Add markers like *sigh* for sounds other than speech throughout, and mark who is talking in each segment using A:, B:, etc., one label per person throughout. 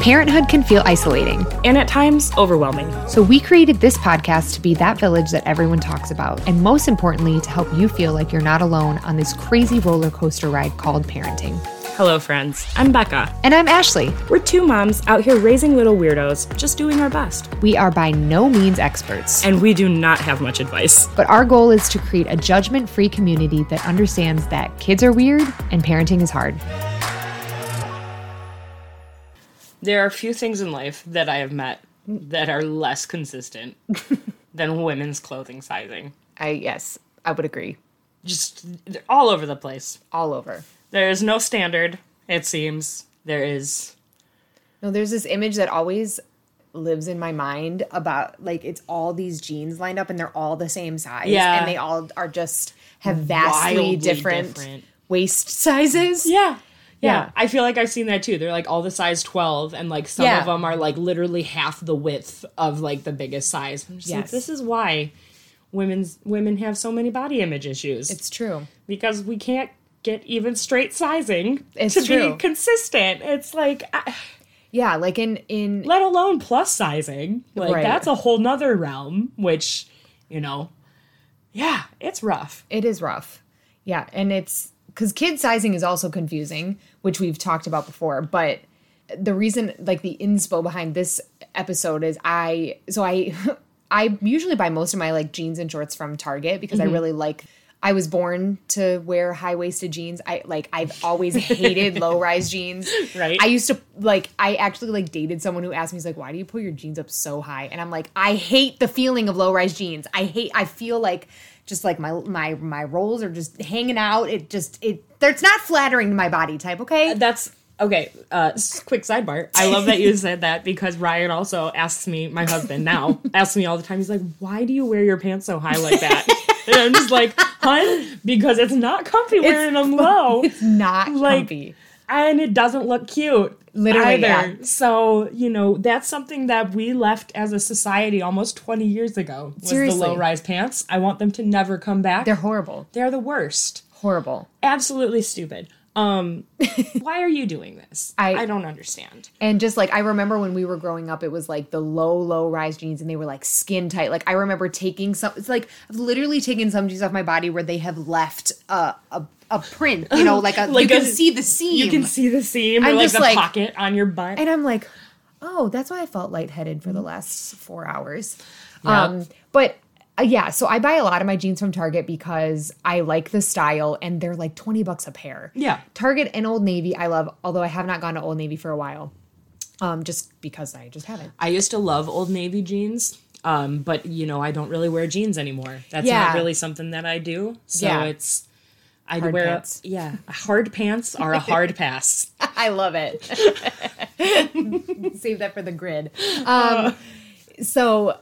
A: parenthood can feel isolating.
B: and at times overwhelming.
A: So we created this podcast to be that village that everyone talks about, and most importantly, to help you feel like you're not alone on this crazy roller coaster ride called parenting.
B: Hello, friends. I'm Becca.
A: And I'm Ashley.
B: We're two moms out here raising little weirdos, just doing our best.
A: We are by no means experts,
B: And we do not have much advice.
A: but our goal is to create a judgment free community that understands that kids are weird and parenting is hard.
C: There are few things in life that I have met that are less
B: *laughs*
C: consistent than women's clothing sizing.
D: I yes, I would agree.
C: Just they're all over the place.
D: All over.
C: There is no standard, it seems. There is
D: No, there's this image that always lives in my mind about like it's all these jeans lined up and they're all the same size.
C: Yeah.
D: And they all are just have vastly
C: Wildly
D: different,
C: different.
D: waist *laughs* sizes.
C: yeah.
D: Yeah.
C: Yeah, I feel like I've seen that too. They're like all the size 12 and like some
D: Yeah.
C: of them are like literally half the width of like the biggest size. I'm just like
D: Yes.
C: this is why women's women have so many body image issues.
D: It's true.
C: because we can't get even straight sizing
D: It's
C: to
D: true.
C: be consistent. It's like, I-
D: Yeah, like in in
C: let alone plus sizing. Like
D: Right.
C: that's a whole nother realm. Which, you know, yeah, it's rough.
D: It is rough. Yeah. And it's because kid sizing is also confusing, which we've talked about before. But the reason, like the inspo behind this episode is I, so I, *laughs* I usually buy most of my like jeans and shorts from Target because I really like. I was born to wear high waisted jeans. I like I've always hated low rise jeans.
C: Right.
D: I used to like I actually like dated someone who asked me he's like why do you pull your jeans up so high? And I'm like I hate the feeling of low rise jeans. I hate I feel like just like my my my rolls are just hanging out. It just it that's not flattering to my body type, okay?
C: That's okay. Uh, s- quick sidebar. I love
D: *laughs*
C: that you said that because Ryan also asks me, my husband now asks me all the time. He's like, "Why do you wear your pants so high like
D: *laughs*
C: that?" and I'm just like, "Hun, because it's not comfy wearing them
D: *laughs*
C: low."
D: It's not
C: like
D: comfy.
C: and it doesn't look cute
D: Literally,
C: either.
D: yeah.
C: So you know that's something that we left as a society almost twenty years ago. Was
D: Seriously.
C: the low rise pants? I want them to never come back.
D: They're horrible.
C: They're the worst.
D: Horrible.
C: Absolutely stupid.
D: *laughs*
C: Um, why are you doing this?
D: I-
C: I don't understand.
D: And just like I remember when we were growing up, it was like the low, low rise jeans, and they were like skin tight. Like I remember taking some. It's like I've literally taken some jeans off my body where they have left a a, a print. You know, like a
C: *laughs* Like
D: you
C: a-
D: can see the seam.
C: You can see the seam or
D: I'm
C: like
D: just
C: the
D: like-
C: pocket on your butt.
D: and I'm like, oh, that's why I felt lightheaded for the last four hours. Um, but uh, yeah, so I buy a lot of my jeans from Target because I like the style, and they're like twenty bucks a pair.
C: Yeah.
D: Target and Old Navy, I love. Although I have not gone to Old Navy for a while, um, just because I just haven't.
C: I used to love old navy jeans. Um, but you know, I don't really wear jeans anymore. That's
D: Yeah.
C: not really something that I do. So
D: Yeah.
C: it's I
D: Hard
C: wear
D: pants.
C: yeah, hard pants are
D: *laughs*
C: a hard pass.
D: I love it. Save that for the grid. Um, so,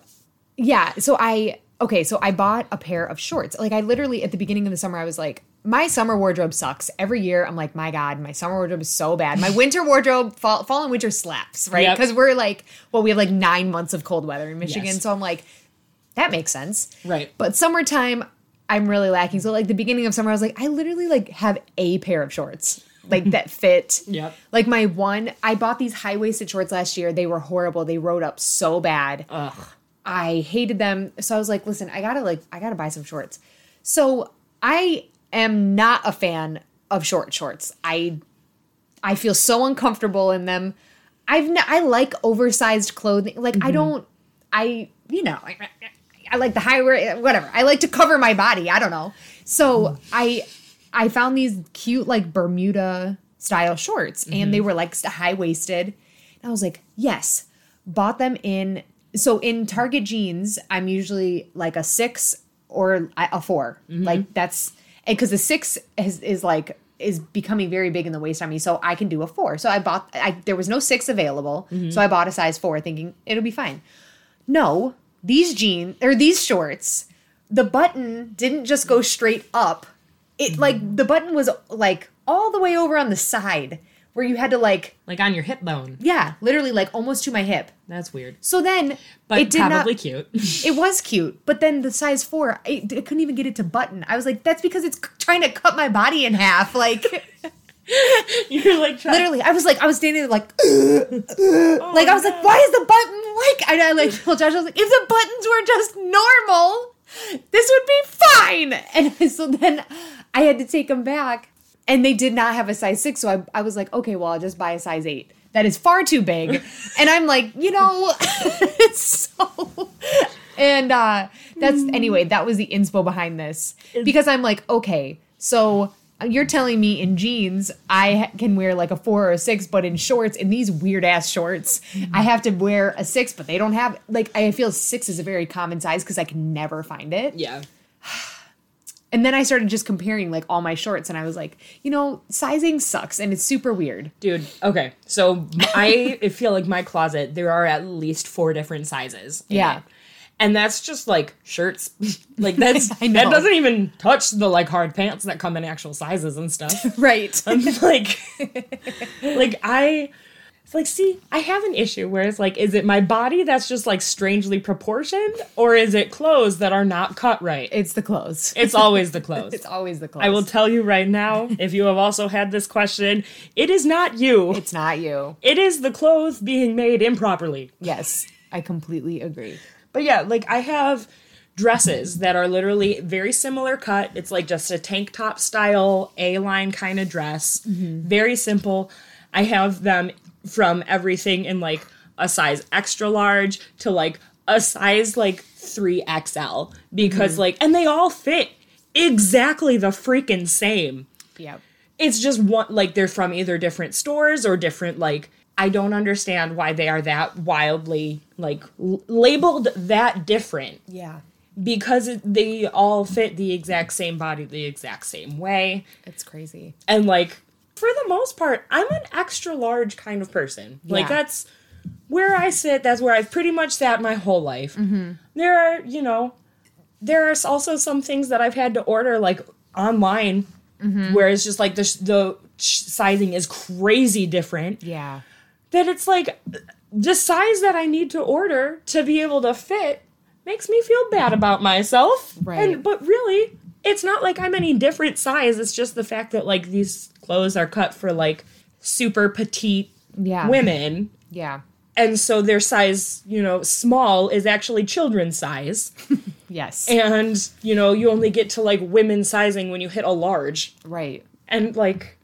D: yeah. So I okay. So I bought a pair of shorts. Like I literally at the beginning of the summer, I was like, my summer wardrobe sucks. Every year, I'm like, my god, my summer wardrobe is so bad. My winter wardrobe, fall, fall and winter slaps, right?
C: Yep.
D: Because we're like, well, we have like nine months of cold weather in Michigan.
C: Yes.
D: So I'm like, that makes sense.
C: Right.
D: But summertime, I'm really lacking. So like the beginning of summer, I was like, I literally like have a pair of shorts like that fit.
C: Yep.
D: Like my one, I bought these high waisted shorts last year. They were horrible. They rode up so bad. Ugh. I hated them. So I was like, listen, I gotta like, I gotta buy some shorts. So I am not a fan of short shorts. I I feel so uncomfortable in them. I've n- I like oversized clothing. Like I don't I you know I, I like the high wear- whatever. I like to cover my body. I don't know. So I I found these cute like Bermuda style shorts and they were like high waisted. And I was like, "Yes." Bought them in so in Target jeans, I'm usually like a 6 or a a 4. Like that's because the 6 is, is like is becoming very big in the waist on me, so I can do a 4. So I bought I there was no 6 available, so I bought a size 4 thinking it'll be fine. No, these jeans or these shorts, the button didn't just go straight up. It like the button was like all the way over on the side where you had to like
C: Like on your hip bone.
D: yeah, literally like almost to my hip.
C: That's weird.
D: So then
C: But
D: it did
C: probably
D: not,
C: cute. *laughs*
D: It was cute, but then the size four, I, I couldn't
C: *laughs*
D: even get it to button. I was like, that's because it's c- trying to cut my body in half. Like
C: You're like trying.
D: *laughs* Literally, I was like, I was standing there like, *laughs* like I was like, why is the button like? And I like told Josh, I was like, if the buttons were just normal, this would be fine. And *laughs* so then I had to take them back, and they did not have a size six. So I, I was like, okay, well, I'll just buy a size eight. That is far too big. And I'm like, you know, *laughs* it's so. *laughs* And uh, that's anyway. That was the inspo behind this because I'm like, okay, so you're telling me in jeans I ha- can wear like a four or a six, but in shorts, in these weird ass shorts, I have to wear a six, but they don't have like I feel six is a very common size because I can never find it.
C: Yeah.
D: And then I started just comparing like all my shorts, and I was like, you know, sizing sucks and it's super
C: *laughs*
D: weird.
C: Dude, okay. So
D: *laughs*
C: I I feel like my closet, there are at least four different sizes. in
D: Yeah.
C: it. And that's just like shirts. *laughs* like
D: *laughs*
C: that's
D: I
C: that
D: know.
C: doesn't even touch the like hard pants that come in actual sizes and stuff. *laughs*
D: Right.
C: I'm like like I it's like see, I have an issue where it's like is it my body that's just like strangely proportioned or is it clothes that are not cut right?
D: *laughs* it's the clothes.
C: It's
D: *laughs*
C: always the clothes.
D: It's always the clothes.
C: I will tell you right now, if you have also had this question, it is not you.
D: it's not you.
C: it is the clothes being made improperly.
D: Yes, I completely agree.
C: But yeah, like I have dresses that are literally very similar cut. It's like just a tank top style, A line kind of dress, very simple. I have them from everything in like a size extra large to like a size like 3XL because like, and they all fit exactly the freaking same
D: Yep.
C: it's just one like they're from either different stores or different like I don't understand why they are that wildly like l- labeled that different
D: Yeah.
C: because it, they all fit the exact same body the exact same way
D: It's crazy.
C: and like for the most part I'm an extra large kind of person like
D: Yeah.
C: that's where I sit that's where I've pretty much sat my whole life there are you know there are also some things that I've had to order like online where it's just like the sh- the sh- sizing is crazy different
D: Yeah.
C: that it's like the size that I need to order to be able to fit makes me feel bad about myself
D: Right.
C: and but really it's not like I'm any different size it's just the fact that like these clothes are cut for like super petite
D: Yeah.
C: women
D: Yeah.
C: and so their size you know small is actually children's size
D: Yes.
C: and you know you only get to like women sizing when you hit a large
D: right.
C: and like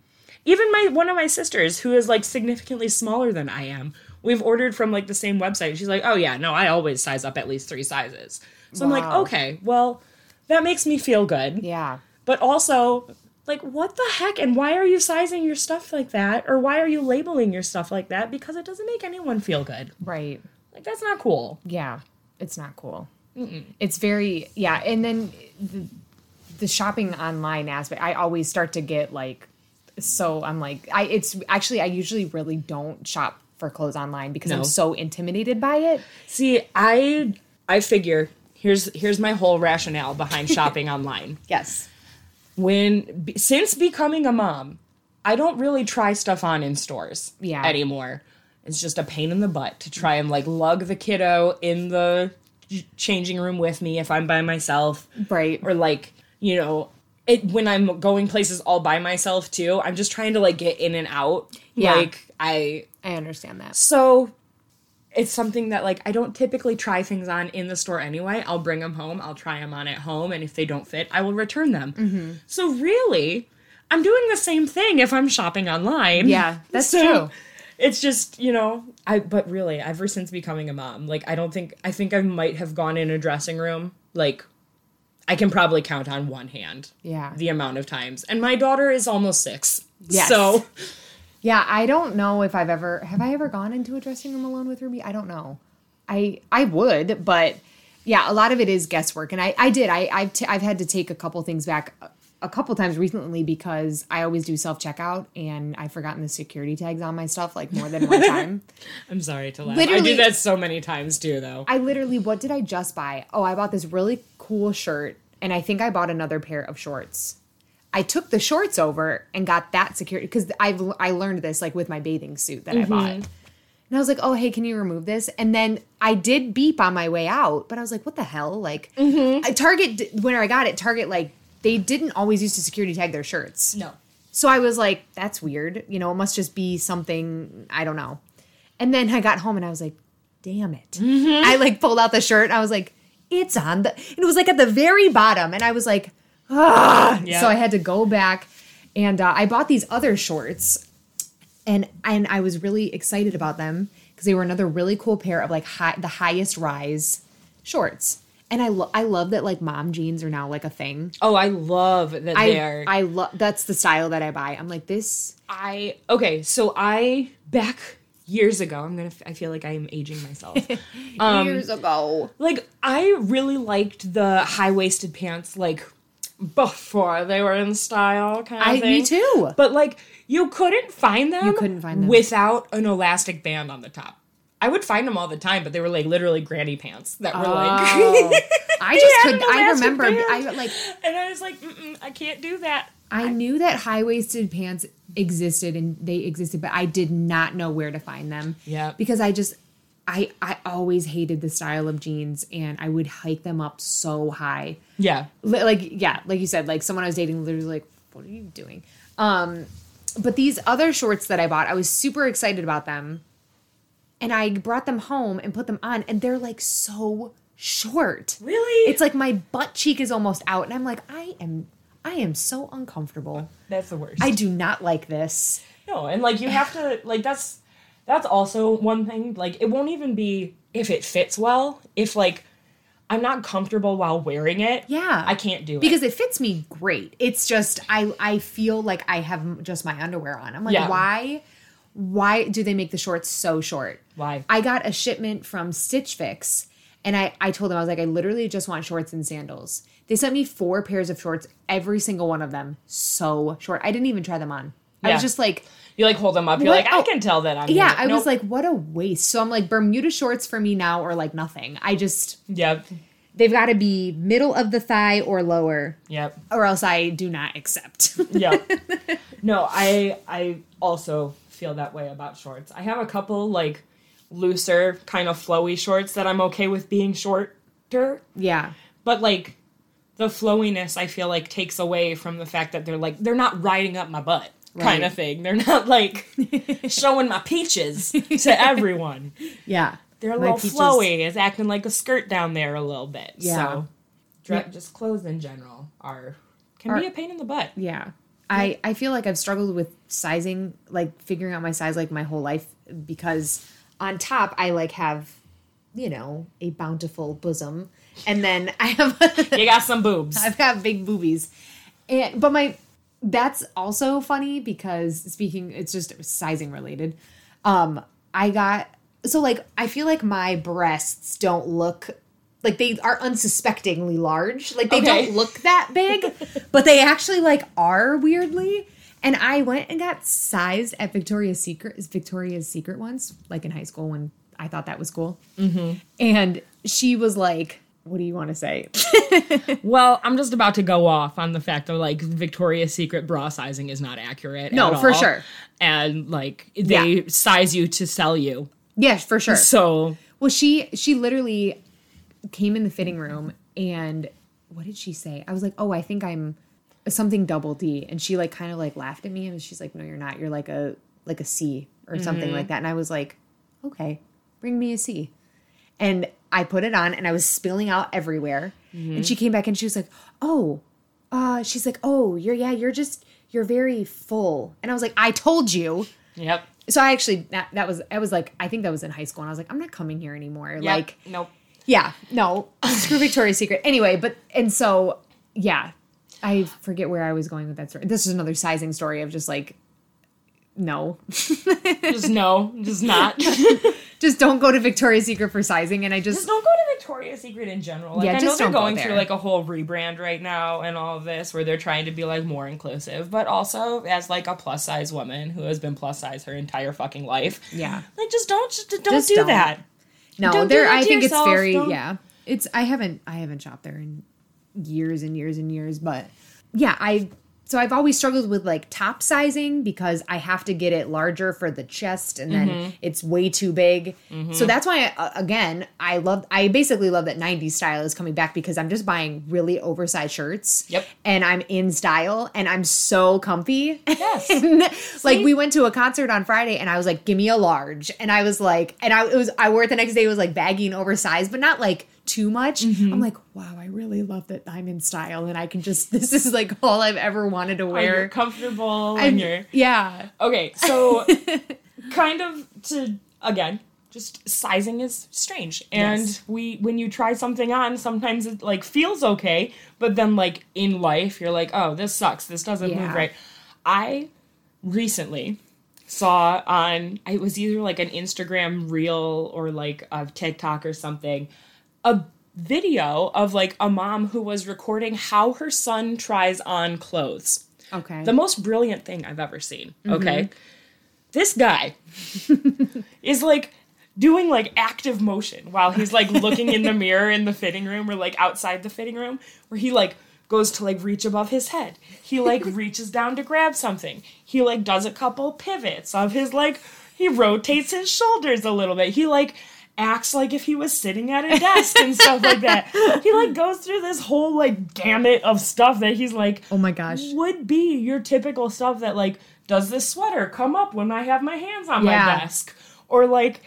C: even my one of my sisters who is like significantly smaller than i am we've ordered from like the same website she's like oh yeah no i always size up at least three sizes so i'm like
D: Wow.
C: okay well that makes me feel good
D: Yeah.
C: but also like what the heck and why are you sizing your stuff like that or why are you labeling your stuff like that because it doesn't make anyone feel good
D: Right.
C: like that's not cool
D: Yeah, it's not cool. It's very yeah, and then the, the shopping online aspect. I always start to get like, so I'm like, I it's actually I usually really don't shop for clothes online because
C: No.
D: I'm so intimidated by it.
C: see i i figure here's here's my whole
D: *laughs*
C: rationale behind shopping online
D: Yes,
C: when b- since becoming a mom, I don't really try stuff on in stores
D: Yeah.
C: anymore. It's just a pain in the butt to try and like lug the kiddo in the ch- changing room with me if I'm by myself
D: right.
C: or like, you know, it when I'm going places all by myself too. I'm just trying to like get in and out.
D: Yeah.
C: Like I
D: I understand that.
C: so it's something that like I don't typically try things on in the store anyway. I'll bring them home. I'll try them on at home, and if they don't fit, I will return them.
D: Mm-hmm.
C: So really, I'm doing the same thing if I'm shopping online.
D: Yeah,
C: *laughs*
D: that's true.
C: It's just you know I but really ever since becoming a mom, like I don't think I think I might have gone in a dressing room like I can probably count on one hand.
D: Yeah.
C: The amount of times. And my daughter is almost six.
D: Yes.
C: So *laughs*
D: Yeah, I don't know if I've ever have I ever gone into a dressing room alone with Ruby? I don't know. I I would, but yeah, a lot of it is guesswork. And I I did. I I've t- I've had to take a couple things back a- a couple times recently because I always do self checkout and I've forgotten the security tags on my stuff like more than one time.
C: I'm sorry to laugh. I
D: Literally-
C: do that so many times too though.
D: I literally, what did I just buy? Oh, I bought this really cool shirt, and I think I bought another pair of shorts. I took the shorts over and got that security because I've I learned this like with my bathing suit that I bought. And I was like, oh, hey, can you remove this? And then I did beep on my way out, but I was like, what the hell? Like, I Target, d- when I got it, Target, like, they didn't always used to security tag their shirts.
C: No.
D: So I was like, that's weird. You know, it must just be something, I don't know. And then I got home and I was like, damn it.
C: Mm-hmm.
D: I like pulled out the shirt. I was like, it's on the, and it was like at the very bottom. And I was like, ah.
C: Yeah.
D: So I had to go back and uh, I bought these other shorts and, and I was really excited about them because they were another really cool pair of like high, the highest rise shorts. And I, lo- I love that like mom jeans are now like a thing.
C: Oh, I love that they
D: I,
C: are.
D: I love that's the style that I buy. I'm like this.
C: I okay, so I back years ago. I'm gonna. f- I feel like I am
D: *laughs*
C: aging myself.
D: years ago,
C: like I really liked the high waisted pants. Like before they were in style, kind of
D: I
C: thing.
D: me too.
C: But like you couldn't find them. You
D: couldn't find them.
C: without an elastic band on the top. I would find them all the time, but they were like literally granny pants that were like.
D: I just could.
C: had an
D: I
C: elastic
D: remember.
C: band.
D: I like.
C: *laughs* and I was like, Mm-mm, I can't do that.
D: I knew that high waisted pants existed and they existed, but I did not know where to find them.
C: Yeah.
D: Because I just, I I always hated the style of jeans, and I would hike them up so high.
C: Yeah.
D: Li- like yeah like you said like someone i was dating literally was like what are you doing um but these other shorts that i bought i was super excited about them and i brought them home and put them on and they're like so short
C: Really?
D: it's like my butt cheek is almost out and i'm like i am i am so uncomfortable
C: That's the worst.
D: i do not like this
C: No, and like you have to like that's that's also one thing. Like it won't even be if it fits well. If like I'm not comfortable while wearing it.
D: yeah
C: I can't do it
D: because it fits me great it's just i i feel like i have just my underwear on i'm like
C: Yeah.
D: why why do they make the shorts so short
C: Why?
D: i got a shipment from stitch fix and i i told them i was like i literally just want shorts and sandals they sent me four pairs of shorts every single one of them so short i didn't even try them on i
C: Yeah.
D: was just like
C: You like hold them up. You're
D: What?
C: like I
D: Oh.
C: can tell that I'm.
D: yeah
C: doing it."
D: i
C: Nope.
D: was like what a waste so i'm like bermuda shorts for me now are like nothing i just
C: yep,
D: they've got to be middle of the thigh or lower
C: yep,
D: or else i do not accept *laughs*
C: yep. no, I I also feel that way about shorts. I have a couple like looser kind of flowy shorts that I'm okay with being shorter,
D: Yeah.
C: but like the flowiness I feel like takes away from the fact that they're like they're not riding up my butt
D: Right.
C: kind of thing. They're
D: *laughs*
C: not like showing my peaches to everyone.
D: Yeah.
C: They're a
D: My
C: little
D: peaches-
C: flowy. It's acting like a skirt down there a little bit.
D: Yeah.
C: So dre- just clothes in general are can be
D: Are-
C: a pain in the butt.
D: Yeah. I, I feel like I've struggled with sizing, like figuring out my size like my whole life because on top I like have, you know, a bountiful bosom. And then I have
C: You got some boobs.
D: *laughs* I've got big boobies. And but my that's also funny because speaking it's just sizing related. Um I got so like I feel like my breasts don't look like they are unsuspectingly large. Like they
C: Okay.
D: don't look that big, but they actually like are weirdly. And I went and got sized at Victoria's Secret Victoria's Secret once, like in high school when I thought that was cool. And she was like, "What do you want to say?" *laughs*
C: Well, I'm just about to go off on the fact that like Victoria's Secret bra sizing is not accurate.
D: No,
C: at
D: for
C: all.
D: sure.
C: And like they
D: Yeah.
C: size you to sell you.
D: Yes, for sure.
C: So
D: Well, she she literally came in the fitting room and what did she say? I was like, "Oh, I think I'm something double D." And she like kind of like laughed at me and she's like, "No, you're not. You're like a like a C or something like that." And I was like, "Okay, bring me a C." And I put it on and I was spilling out everywhere. And she came back and she was like, "Oh, uh she's like, "Oh, you're yeah, you're just you're very full." And I was like, "I told you."
C: Yep.
D: so I actually that, that was I was like I think that was in high school and I was like I'm not coming here anymore like
C: nope.
D: yeah no *laughs* screw Victoria's Secret anyway but and so yeah I forget where I was going with that story this is another sizing story of just like no *laughs*
C: Just no. Just not. *laughs* just
D: just don't go to Victoria's Secret for sizing and I just
C: don't go to Victoria's Secret in general. Like
D: Yeah,
C: I know
D: just
C: they're
D: don't go
C: going
D: there.
C: through like a whole rebrand right now and all of this where they're trying to be like more inclusive, but also as like a plus size woman who has been plus size her entire fucking life.
D: Yeah.
C: Like just don't just don't
D: Just
C: do
D: don't. *laughs*
C: that.
D: no
C: don't do
D: there
C: that
D: I
C: to
D: think
C: yourself,
D: it's very
C: don't-
D: yeah it's I haven't I haven't shopped there in years and years and years but yeah I so I've always struggled with like top sizing because I have to get it larger for the chest and then
C: Mm-hmm.
D: it's way too big. So that's why uh, again, I love I basically love that 90s style is coming back because I'm just buying really oversized shirts.
C: Yep.
D: And I'm in style and I'm so comfy.
C: Yes.
D: And, *laughs* like we went to a concert on Friday and I was like, "Give me a large." And I was like, and I it was I wore it the next day it was like baggy and oversized, but not like too much.
C: Mm-hmm.
D: I'm like, "Wow, I really love that I'm in style and I can just *laughs* this is like all I've ever wanted to
C: When you're
D: wear."
C: comfortable
D: And-
C: and you're
D: yeah.
C: okay.
D: *laughs*
C: So kind of to again, just sizing is strange, and
D: Yes.
C: we when you try something on, sometimes it like feels okay, but then like in life, you're like, oh, this sucks. This doesn't
D: Yeah.
C: move right. I recently saw on it was either like an Instagram reel or like a TikTok or something a video of like a mom who was recording how her son tries on clothes.
D: Okay.
C: The most brilliant thing I've ever seen.
D: Mm-hmm.
C: Okay. This guy
D: *laughs*
C: is like doing like active motion while he's like
D: *laughs*
C: looking in the mirror in the fitting room or like outside the fitting room where he like goes to like reach above his head. He
D: *laughs*
C: like reaches down to grab something. He like does a couple pivots of his like he rotates his shoulders a little bit. He like acts like if he was sitting at a desk and stuff
D: *laughs*
C: like that. He like goes through this whole like gamut of stuff that he's like
D: oh my gosh.
C: would be your typical stuff that like does this sweater come up when i have my hands on
D: Yeah.
C: my desk or like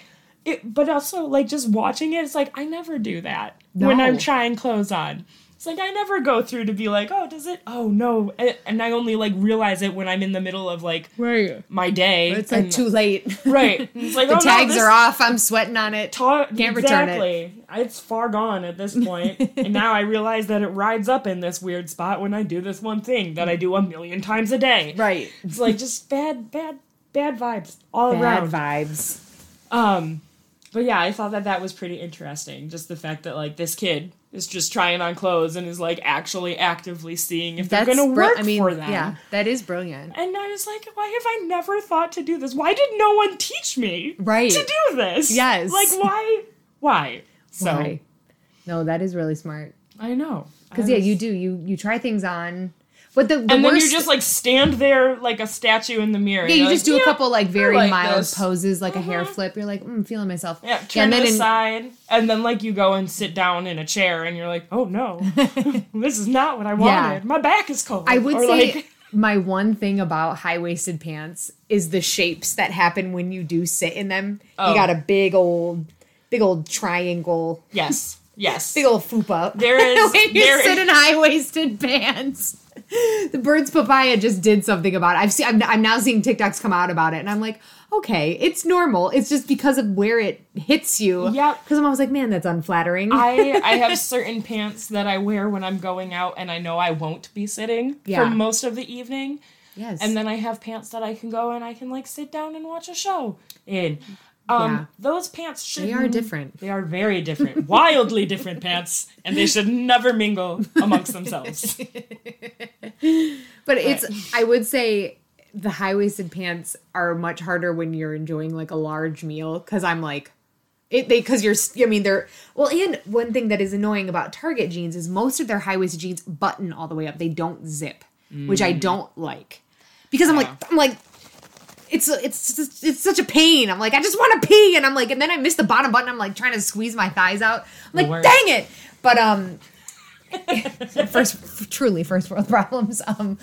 C: it but also like just watching it it's like i never do that when
D: No.
C: i'm trying clothes on it's like i never go through to be like oh does it oh no A- and i only like realize it when i'm in the middle of like
D: Right.
C: my day
D: It's like
C: and-
D: Uh, too late.
C: *laughs* right it's like
D: the
C: oh,
D: tags
C: no, this
D: are off. I'm sweating on it.
C: ta-
D: Can't return it.
C: exactly. It's far gone at this point. and now I realize that it rides up in this weird spot when I do this one thing that I do a million times a day.
D: Right.
C: It's like just bad, bad, bad vibes all
D: Bad
C: around.
D: vibes.
C: Um, but yeah, I thought that that was pretty interesting. Just the fact that like this kid is just trying on clothes and is like actually actively seeing if they're going to
D: bri-
C: work
D: I mean,
C: for them.
D: yeah, that is brilliant.
C: And I was like, why have I never thought to do this? Why did no one teach me
D: Right.
C: to do this?
D: Yes.
C: Like why? Why? So
D: Why? No, that is really smart.
C: I know.
D: Because
C: I
D: yeah,
C: was-
D: you do. You you try things on, but the, the
C: and then
D: worst,
C: you just like stand there like a statue in the mirror.
D: yeah,
C: You're
D: you just do
C: "Yeah,
D: a couple like very
C: like
D: mild
C: this."
D: poses, like a hair
C: Mhm.
D: flip. You're like, mm, feeling myself.
C: Yeah, turn
D: and
C: to
D: then
C: the
D: in-
C: side, and then like you go and sit down in a chair, and you're like, oh
D: *laughs*
C: no, *laughs* this is not what I wanted. My back is cold.
D: I would
C: Or,
D: say
C: like, *laughs*
D: my one thing about high waisted pants is the shapes that happen when you do sit in them. You
C: Oh.
D: got a big old, big old triangle,
C: yes,
D: *laughs*
C: yes.
D: big old foop up. *laughs*
C: There is-
D: when you
C: there
D: sit
C: is-
D: in high waisted pants. The bird's papaya just did something about it. I've seen. I'm, I'm now seeing TikToks come out about it, and I'm like, okay, it's normal. It's just because of where it hits you.
C: Yep.
D: Because I'm always like, man, that's unflattering.
C: I I have certain pants that I wear when I'm going out, and I know I won't be sitting
D: Yeah.
C: for most of the evening.
D: *laughs* yes.
C: And then I have pants that I can go and I can like sit down and watch a show in. Um,
D: Yeah.
C: Those pants should
D: they are different.
C: They are very different, *laughs* wildly different pants, and they should never mingle
D: *laughs*
C: amongst themselves.
D: But it's I would say the high waisted pants are much harder when you're enjoying like a large meal because I'm like it they because you're s- I mean they're well and one thing that is annoying about Target jeans is most of their high waisted jeans button all the way up they don't zip which I don't like because I'm like I'm like. It's, it's it's it's such a pain. I'm like, I just want to pee, and I'm like, and then I miss the bottom button. I'm like trying to squeeze my thighs out. I'm like,
C: worst.
D: dang it! But um, first truly first world problems um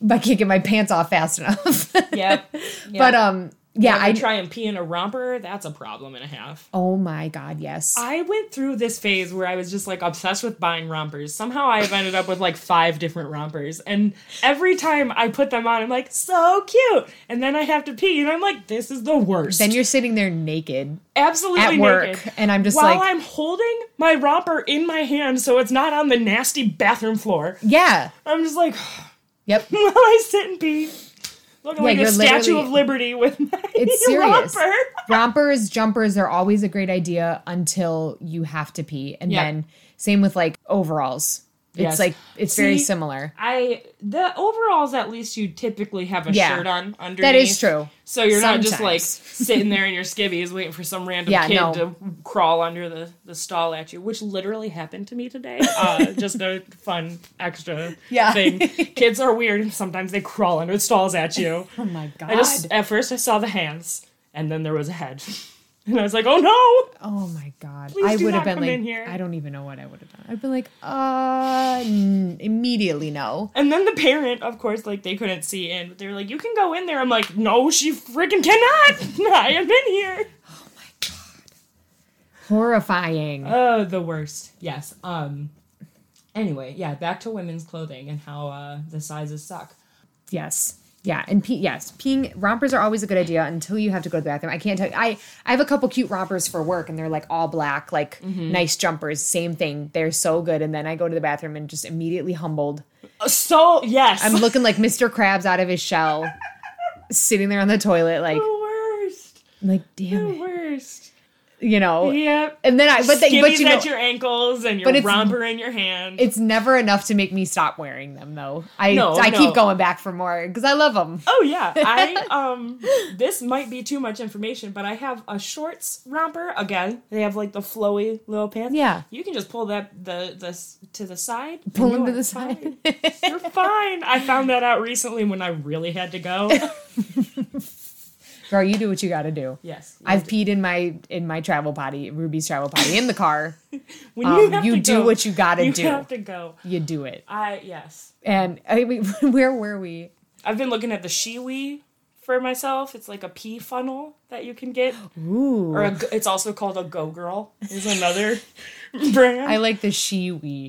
D: but i can't get my pants off fast enough *laughs*
C: Yep.
D: but um yeah
C: I
D: i
C: try and pee in a romper, that's a problem and a half.
D: oh my god yes
C: I went through this phase where I was just like obsessed with buying rompers. Somehow I've ended up with like five different rompers. And every time I put them on, I'm like, so cute. And then I have to pee. And I'm like, this is the worst.
D: then you're sitting there naked
C: absolutely
D: at work
C: naked.
D: and i'm just
C: While
D: like
C: I'm holding my romper in my hand so it's not on the nasty bathroom floor,
D: yeah
C: I'm just like, *sighs*
D: yep *laughs*
C: while I sit and pee, looking
D: Yeah,
C: like a
D: you're
C: Statue
D: literally-
C: of Liberty with my
D: it's serious
C: *laughs* romper.
D: rompers jumpers are always a great idea until you have to pee and
C: Yeah.
D: then same with like overalls It's
C: Yes.
D: like it's very
C: See,
D: similar.
C: I the overalls at least you typically have a
D: Yeah.
C: shirt on underneath.
D: That is true.
C: So you're not just like
D: Sometimes. *laughs*
C: sitting there in your skivvies waiting for some random
D: Yeah,
C: kid
D: no.
C: to crawl under the, the stall at you, which literally happened to
D: *laughs*
C: me today. Uh, just a fun extra
D: Yeah. *laughs*
C: thing. Kids are weird and sometimes they crawl under the stalls at you.
D: Oh my god.
C: I just at first I saw the hands and then there was a head. *laughs* And I was like, oh no!
D: oh my god.
C: Please
D: I
C: do
D: would have
C: not
D: been
C: come
D: like
C: in here.
D: I don't even know what I would have done. I've been like, uh n- immediately no.
C: And then the parent, of course, like they couldn't see in, but they were like, you can go in there. I'm like, no, she freaking cannot! *laughs* I am in here.
D: Horrifying.
C: Oh, the worst. Yes. Um. Anyway, yeah. Back to women's clothing and how uh, the sizes suck.
D: Yes. Yeah, and pee- yes, peeing rompers are always a good idea until you have to go to the bathroom. I can't tell you. I I have a couple cute rompers for work, and they're like all black, like
C: Mm-hmm.
D: nice jumpers. Same thing. They're so good. And then I go to the bathroom and just immediately humbled.
C: Uh, So yes, *laughs*
D: I'm looking like Mr. Krabs out of his shell, sitting there on the toilet,
C: *laughs*
D: like
C: the worst.
D: like
C: The
D: damn, it,
C: worst.
D: you know.
C: Yep.
D: And then I but they, but
C: Skivvies
D: you know
C: at your ankles and
D: but
C: your
D: it's-
C: romper in your hand.
D: it's never enough to make me stop wearing them though. I
C: No,
D: I
C: no.
D: keep going back for more because I love them.
C: oh yeah. I um. this might be too much information, but I have a shorts romper. Again, they have like the flowy little pants.
D: Yeah.
C: You can just pull that the the s- to the side.
D: *laughs*
C: and
D: Pull
C: you
D: them to
C: are
D: the side.
C: fine. You're fine. I found that out recently when I really had
D: *laughs*
C: to go.
D: *laughs* Girl, you do what you got to do.
C: Yes.
D: I've peed in my in my travel potty, Ruby's travel potty, in the
C: *laughs*
D: car.
C: when
D: Um, you do what you gotta
C: you
D: do.
C: You have to go.
D: You do it.
C: I yes.
D: And I mean, *laughs* where were we?
C: I've been looking at the shiwi for myself. It's like a pee funnel that you can get,
D: Ooh,
C: or a, g- it's also called a Go Girl.
D: *laughs*
C: Is another brand.
D: I like the shiwi.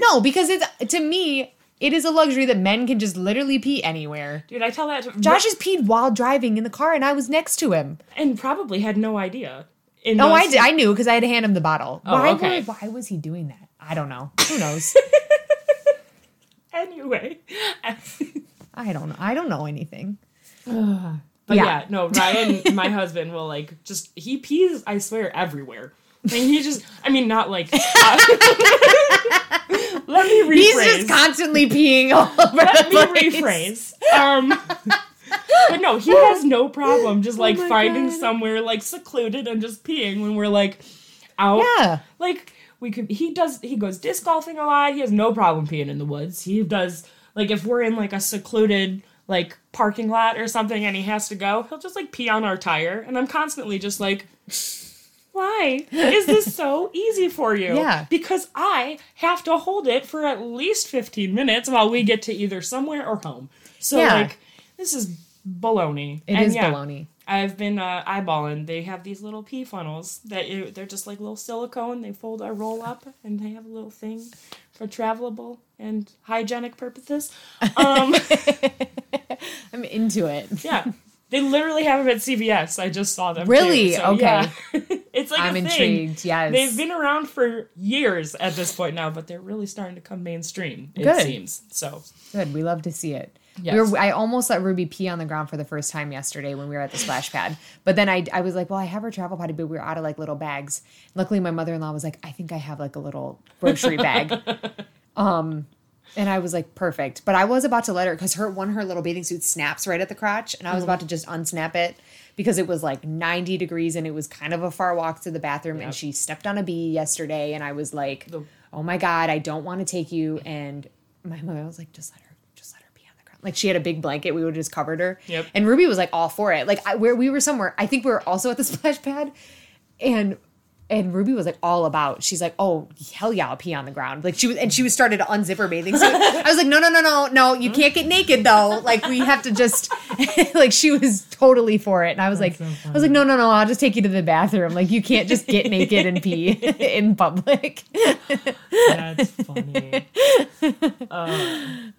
D: no, because it's to me, it is a luxury that men can just literally pee anywhere.
C: Dude, I tell that to
D: Josh has peed while driving in the car, and I was next to him.
C: and probably had no idea. In
D: No, I
C: those-
D: did. I knew because I had to hand him the bottle. why,
C: Oh, okay.
D: were- why was he doing that? I don't know. Who
C: *laughs*
D: knows?
C: Anyway, *laughs*
D: I don't know. I don't know anything.
C: *sighs* but
D: Yeah.
C: yeah. no, Ryan, my husband will like just he pees. I swear everywhere. And he just, I mean,
D: *laughs*
C: not like. *laughs* let me rephrase.
D: *laughs* He's just constantly peeing all *laughs* over the
C: Let me
D: place.
C: rephrase. Um, but no, he has no
D: *laughs*
C: problem
D: Oh
C: just like finding somewhere like secluded and just peeing when we're like out.
D: Yeah.
C: Like we could. He does. He goes disc golfing a lot. He has no problem peeing in the woods. He does like if we're in like a secluded like parking lot or something and he has to go, he'll just like pee on our tire, and I'm constantly just like. Why is this so easy for you?
D: Yeah.
C: Because I have to hold it for at least 15 minutes while we get to either somewhere or home. So,
D: Yeah.
C: like, this is baloney.
D: It
C: and
D: is
C: yeah,
D: baloney.
C: I've been uh, eyeballing. They have these little pea funnels that you, they're just like little silicone. They fold or roll up, and they have a little thing for travelable and hygienic purposes.
D: *laughs*
C: Um,
D: I'm into it.
C: yeah. They literally have them at CVS. I just saw them. too.
D: Really?
C: So,
D: Okay.
C: yeah. *laughs* it's like
D: I'm
C: a thing.
D: intrigued. Yes.
C: They've been around for years at this point now, but they're really starting to come mainstream, it
D: Good.
C: seems.
D: *laughs*
C: So
D: Good. We love to see it.
C: Yes.
D: We were, I almost let Ruby pee on the ground for the first time yesterday when we were at the splash pad. But then I, I was like, well, I have her travel potty, but we were out of like little bags. Luckily, my mother in law was like, I think I have like a little grocery
C: *laughs*
D: bag. um, and I was like, perfect. But I was about to let her because her one of her little bathing suit snaps right at the crotch, and I was about to just unsnap it because it was like 90 degrees and it was kind of a far walk to the bathroom. And she stepped on a bee yesterday, and I was like, oh my god, I don't want to take you. And my mother was like, just let her, just let her be on the ground. Like she had a big blanket, we would have just covered her.
C: Yep.
D: And Ruby was like all for it. Like I, where we were somewhere, I think we were also at the *laughs* splash pad, and and Ruby was like all about. She's like, oh hell yeah, I'll pee on the ground. Like she was, and she was started to unzip her bathing suit. I was like, no no no no no, you can't get naked though. Like we have to just, *laughs* like she was totally for it. And I was like, I was like, no no no, I'll just take you to the bathroom. Like you can't just *laughs* get naked and pee in public. *laughs*
C: that's funny.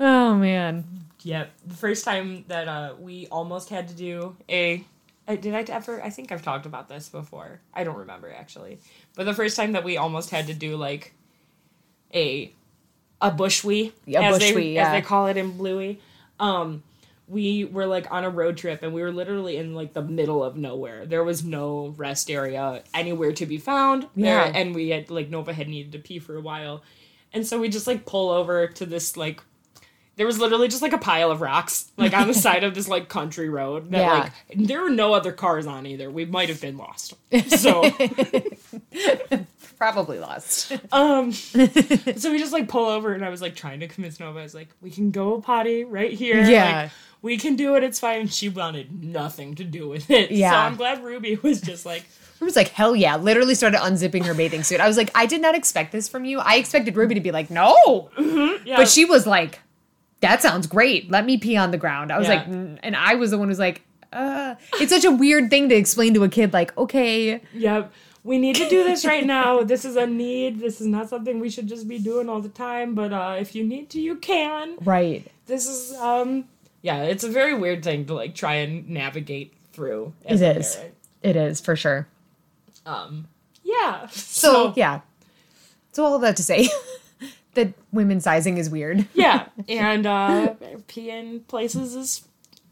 D: Oh man.
C: Yep. The first time that uh, we almost had to do a. I, did I ever? I think I've talked about this before. I don't remember actually. But the first time that we almost had to do like a a bush wee,
D: Yeah,
C: as,
D: bush
C: they,
D: wee,
C: as
D: yeah.
C: they call it in Bluey. Um, we were like on a road trip and we were literally in like the middle of nowhere. There was no rest area anywhere to be found. There,
D: Yeah.
C: and we had like Nova had needed to pee for a while. And so we just like pull over to this like there was literally just like a pile of rocks
D: *laughs*
C: like on the side of this like country road that
D: Yeah.
C: like there were no other cars on either. We might have
D: *laughs*
C: been lost. So
D: Probably lost.
C: Um, so we just like pull over, and I was like trying to convince Nova. I was like, "We can go potty right here.
D: Yeah.
C: like, we can do it. It's fine." And she wanted nothing to do with it. so
D: Yeah.
C: I'm glad Ruby *laughs* was just like,
D: I was like, hell yeah. Literally started unzipping her bathing suit. I was like, I did not expect this from you. I expected Ruby to be like, no.
C: Mm-hmm, yeah,
D: But she was like, that sounds great. Let me pee on the ground. I was
C: Yeah.
D: like, "Mm," and I was the one who's like, uh, it's such a weird thing to explain to a kid, like, okay,
C: yep." We need to do this right now. This is a need. This is not something we should just be doing all the time. But uh, if you need to, you can.
D: right.
C: This is um, yeah. It's a very weird thing to like try and navigate through. As
D: It
C: a
D: is.
C: parent.
D: It is for sure.
C: Um, yeah.
D: So, yeah. So all that to say *laughs* that women's sizing is weird. *laughs*
C: yeah, and uh, peeing places is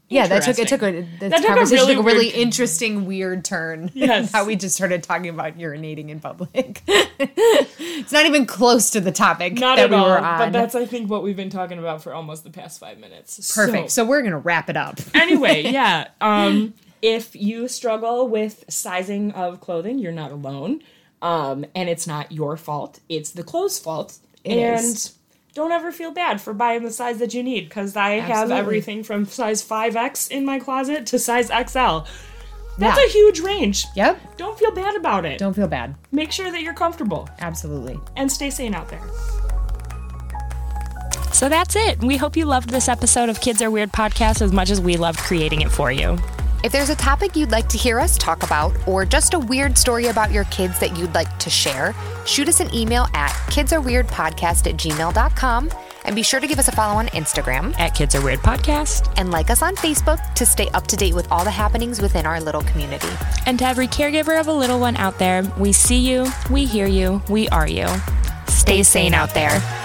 D: Yeah, that took it
C: Interesting.
D: took a this
C: That took a
D: conversation
C: really
D: took a really
C: weird-
D: interesting weird turn. *laughs*
C: Yes.
D: how we just started talking about urinating in public. *laughs* it's not even close to the topic
C: not
D: that
C: at
D: we
C: all.
D: were on.
C: But that's I think what we've been talking about for almost the past five minutes.
D: Perfect.
C: So,
D: So, we're gonna wrap it up.
C: anyway, yeah. Um, if you struggle with sizing of clothing, you're not alone. Um, and it's not your fault. It's the clothes' fault. and
D: is.
C: don't ever feel bad for buying the size that you need because I have
D: Absolutely.
C: everything from size 5X in my closet to size XL. That's
D: Yeah.
C: a huge range.
D: Yep.
C: Don't feel bad about it.
D: Don't feel bad.
C: Make sure that you're comfortable
D: Absolutely.
C: and stay sane out there.
B: So that's it. We hope you loved this episode of Kids Are Weird podcast as much as we loved creating it for you.
A: If there's a topic you'd like to hear us talk about, or just a weird story about your kids that you'd like to share, shoot us an email at kidsareweirdpodcast at gmail.com and be sure to give us a follow on Instagram
B: At Kids Are Weird podcast,
A: and like us on Facebook to stay up to date with all the happenings within our little community.
B: and to every caregiver of a little one out there, we see you, we hear you, we are you. Stay,
A: sane out there.